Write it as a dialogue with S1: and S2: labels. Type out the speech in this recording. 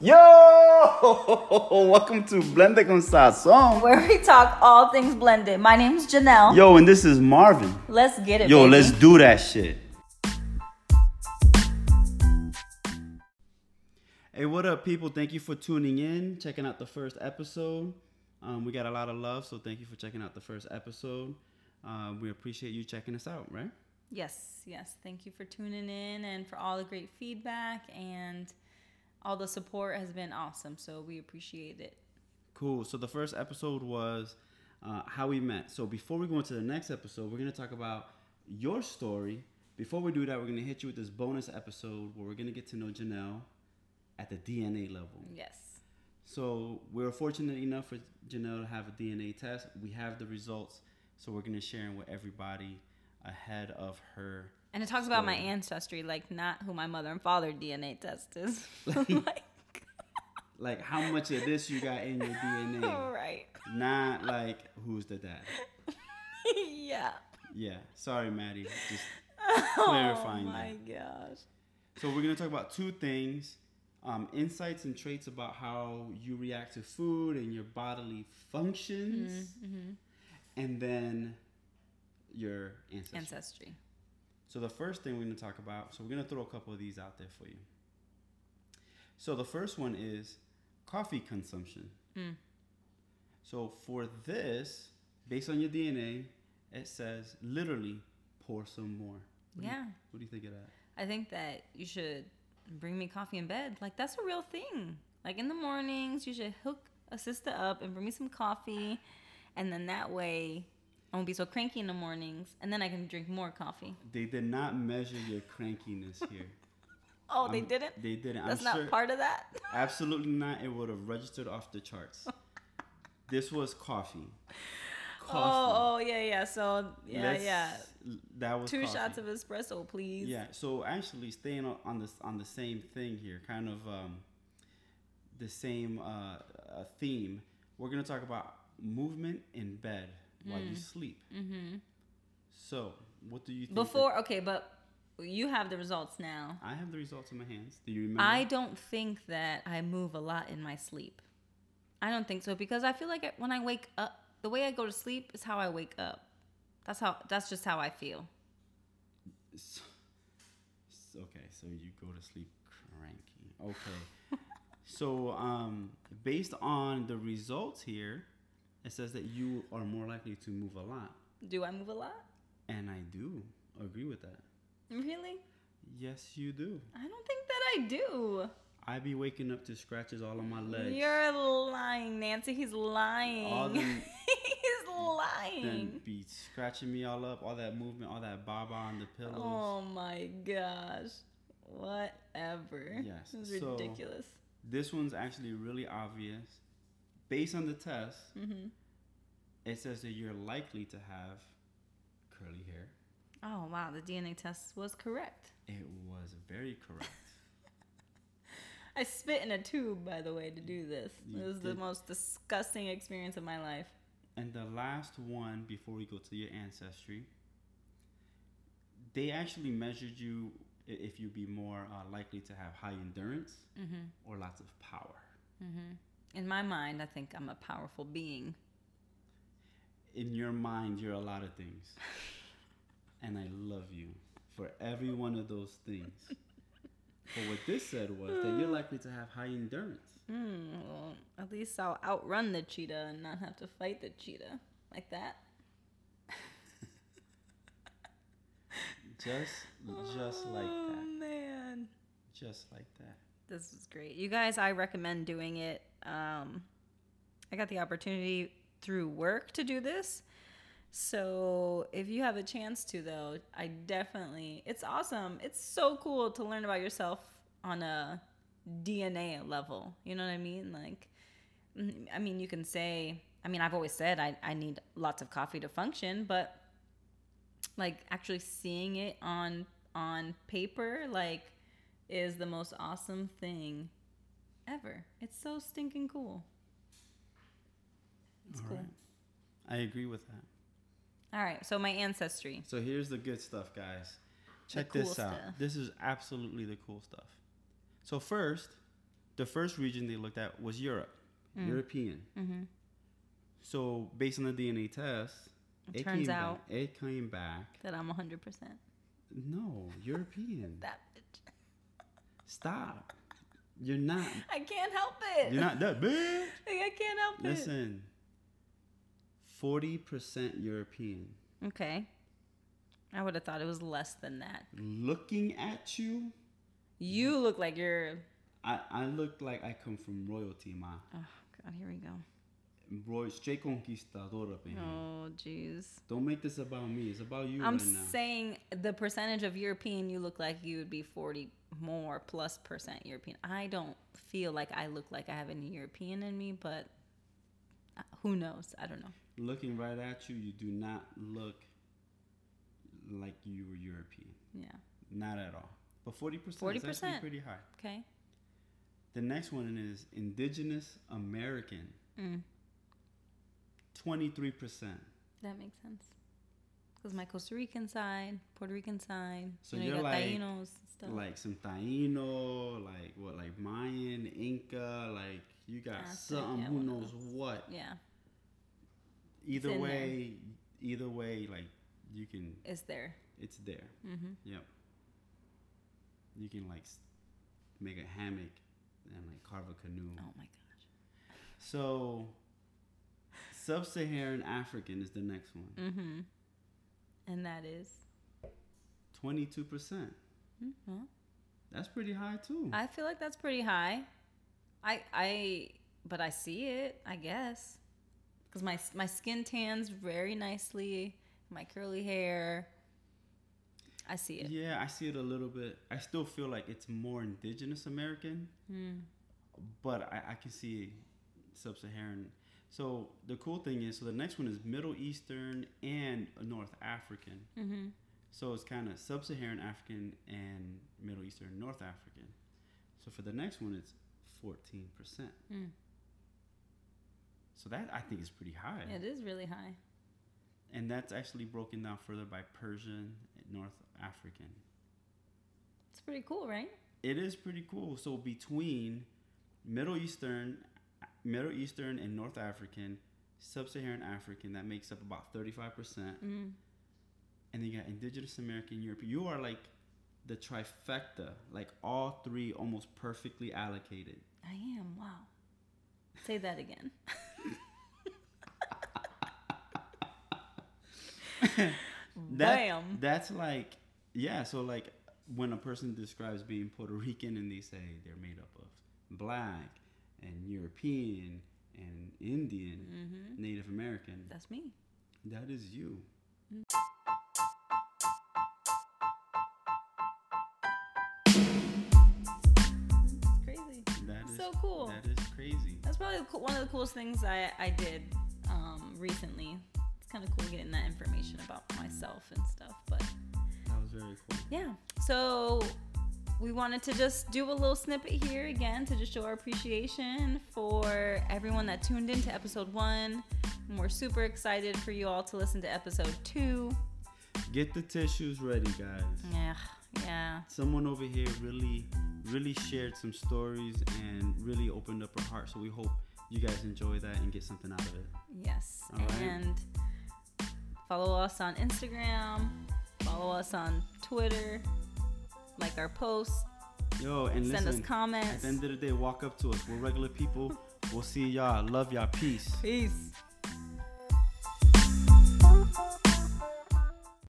S1: Yo! Welcome to Blende con Sazon.
S2: where we talk all things blended. My name's Janelle.
S1: Yo, and this is Marvin.
S2: Let's get it.
S1: Yo,
S2: baby.
S1: let's do that shit. Hey, what up, people? Thank you for tuning in, checking out the first episode. Um, we got a lot of love, so thank you for checking out the first episode. Uh, we appreciate you checking us out, right?
S2: Yes, yes. Thank you for tuning in and for all the great feedback and all the support has been awesome. So we appreciate it.
S1: Cool. So the first episode was uh, how we met. So before we go into the next episode, we're gonna talk about your story. Before we do that, we're gonna hit you with this bonus episode where we're gonna get to know Janelle at the DNA level.
S2: Yes.
S1: So we were fortunate enough for Janelle to have a DNA test. We have the results, so we're gonna share them with everybody ahead of her.
S2: And it talks about my
S1: So-
S2: ancestry, like not who my mother and father DNA test is. like,
S1: Like how much of this you got in your DNA,
S2: right.
S1: not like who's the dad.
S2: yeah.
S1: Yeah, sorry, Maddie. Just
S2: oh
S1: Clarifying
S2: my gosh.
S1: So we're gonna talk about two things: um, insights and traits about how you react to food and your bodily functions,
S2: Mm-hmm.
S1: and then your ancestry.
S2: Ancestry.
S1: So the first thing we're gonna talk about. So we're gonna throw a couple of these out there for you. So the first one is coffee consumption. So for this, based on your DNA, it says literally pour some more. What do you-
S2: Yeah.
S1: what do you think of that?
S2: I think that you should bring me coffee in bed. Like that's a real thing. Like in the mornings, you should hook a sister up and bring me some coffee, and then that way I won't be so cranky in the mornings, and then I can drink more coffee.
S1: They did not measure your crankiness here.
S2: Oh, they
S1: I'm-
S2: didn't.
S1: They didn't.
S2: That's
S1: I'm
S2: not
S1: sure,
S2: part of that.
S1: Absolutely not. It would have registered off the charts. this was coffee. Coffee.
S2: Oh, oh yeah, yeah. So yeah,
S1: Let's-
S2: yeah.
S1: That was
S2: Two
S1: coffee.
S2: shots of espresso, please.
S1: Yeah. So actually, staying on- on this on the same thing here, kind of um, the same uh, uh, theme. We're gonna talk about movement in bed while
S2: Mm.
S1: you sleep. Mm-hmm. So, what do you think that-
S2: Before, okay, but you have the results now.
S1: I have the results in my hands. Do you remember?
S2: I don't think that I move a lot in my sleep. I don't think so because I feel like it- when I wake up, the way I go to sleep is how I wake up. That's how. That's just how I feel.
S1: S- s- okay, so you go to sleep cranky. Okay. so, um, based on the results here, it says that you are more likely to move a lot.
S2: Do I move a lot?
S1: And I do agree with that.
S2: Really?
S1: Yes, you do.
S2: I don't think that I do.
S1: I be waking up to scratches all on my legs.
S2: You're lying, Nancy. He's
S1: all
S2: lying.
S1: them
S2: He's lying.
S1: then be scratching me all up, all that movement, all that baba on the pillows.
S2: Oh my gosh. Whatever.
S1: Yes,
S2: This is
S1: so-
S2: ridiculous.
S1: This one's actually really obvious. Based on the test,
S2: Mm-hmm.
S1: it says that you're likely to have curly hair.
S2: Oh wow, the DNA test was correct.
S1: It was very correct.
S2: I spit in a tube, by the way, to do this.
S1: You
S2: it was the
S1: did.
S2: most disgusting experience of my life.
S1: and the last one before we go to your ancestry, they actually measured you i- if you'd be more uh, likely to have high endurance or lots of power.
S2: Mm-hmm. In my mind, I think I'm a powerful being.
S1: In your mind, you're a lot of things. and I love you for every one of those things. but what this said was that you're likely to have high endurance.
S2: Hmm, well, at least I'll outrun the cheetah and not have to fight the cheetah like that.
S1: Just just like
S2: Oh
S1: that.
S2: man,
S1: Just like that.
S2: this is great. You guys, I recommend doing it. Um, I got the opportunity through work to do this. So if you have a chance to though, I definitely it's awesome. It's so cool to learn about yourself on a DNA level. You know what I mean? Like mm, I mean you can say I mean I've always said I, I need lots of coffee to function, but like actually seeing it on on paper like is the most awesome thing ever. It's so stinking cool. It's
S1: All
S2: cool.
S1: right. I agree with that.
S2: All right, so my ancestry.
S1: So here's the good stuff, guys. Check
S2: cool
S1: this out.
S2: stuff.
S1: This is absolutely the cool stuff. So first, the first region they looked at was Europe,
S2: Mm.
S1: European.
S2: Mm-hmm.
S1: So based on the DNA test,
S2: It turns
S1: came
S2: out
S1: back, it came back.
S2: that I'm 100 percent
S1: No, European.
S2: that bitch.
S1: Stop. You're not.
S2: I can't help it.
S1: You're not that bad.
S2: Like, I can't help it.
S1: Listen. Forty percent European.
S2: Okay. I would have thought it was less than that.
S1: Looking at you,
S2: You look like you're.
S1: I, I look like I come from royalty, ma.
S2: Oh God, here we go.
S1: Roy, straight conquistador up in here.
S2: Oh jeez.
S1: Don't make this about me. It's about you
S2: I'm
S1: right now.
S2: saying the percentage of European you look like you would be 40 more plus percent European. I don't feel like I look like I have any European in me, but uh, who knows? I don't know.
S1: Looking right at you, you do not look like you were European.
S2: Yeah.
S1: Not at all. But forty percent is actually
S2: 40%.
S1: pretty high.
S2: Okay.
S1: The next one is indigenous American.
S2: Mm,
S1: Twenty-three percent.
S2: that makes sense. Because my Costa Rican side, Puerto Rican side,
S1: So
S2: you know, you
S1: you're
S2: got
S1: like-
S2: Tainos and stuff.
S1: Like some Taino, like what, like Mayan, Inca, like you got
S2: Aztec,
S1: something.
S2: yeah,
S1: who
S2: one of
S1: knows what?
S2: yeah,
S1: Either
S2: in there.
S1: way, either way, like you can.
S2: it's there.
S1: It's there.
S2: Mm-hmm.
S1: Yep. You can like s- make a hammock and like carve a canoe.
S2: Oh my gosh.
S1: So, sub-Saharan African is the next one.
S2: Mm-hmm. And that is.
S1: Twenty-two percent.
S2: Mm, well,
S1: That's pretty high too.
S2: I feel like that's pretty high. I I but I see it, I guess. Cuz my my skin tans very nicely, my curly hair. I see it.
S1: yeah, I see it a little bit. I still feel like it's more indigenous American,
S2: Mm.
S1: but I, I can see sub-Saharan. So the cool thing is, so the next one is Middle Eastern and North African.
S2: Mhm.
S1: So it's kind of sub-Saharan African and Middle Eastern, North African. So for the next one, it's fourteen percent.
S2: Mm.
S1: So that I think is pretty high,
S2: It is really high.
S1: and that's actually broken down further by Persian, and North African.
S2: It's pretty cool, right?
S1: It is pretty cool. So between Middle Eastern, Middle Eastern and North African, sub-Saharan African, that makes up about thirty-five percent.
S2: Mm.
S1: and then you got indigenous american europe you are like the trifecta like all three almost perfectly allocated
S2: I am. Wow. Say that again.
S1: that,
S2: Bam.
S1: that's like yeah so like when a person describes being puerto rican and they say they're made up of black and european and indian
S2: Mhm.
S1: native american
S2: That's me.
S1: that is you
S2: It's crazy.
S1: that is
S2: So cool.
S1: that is crazy
S2: That's probably the coo- one of the coolest things I, I did um, recently. It's kind of cool getting that information about myself and stuff. But
S1: that was very cool
S2: yeah, so we wanted to just do a little snippet here again to just show our appreciation for everyone that tuned in to episode one. And we're super excited for you all to listen to episode two.
S1: get the tissues ready guys
S2: Yeah, yeah.
S1: someone over here really really shared some stories and really opened up her heart so we hope you guys enjoy that and get something out of it
S2: Yes.
S1: All right.
S2: And follow us on Instagram, follow us on Twitter, like our posts,
S1: yo and
S2: send
S1: listen
S2: us
S1: at
S2: comments.
S1: the end of the day walk up to us we're regular people we'll see y'all love y'all peace
S2: Peace.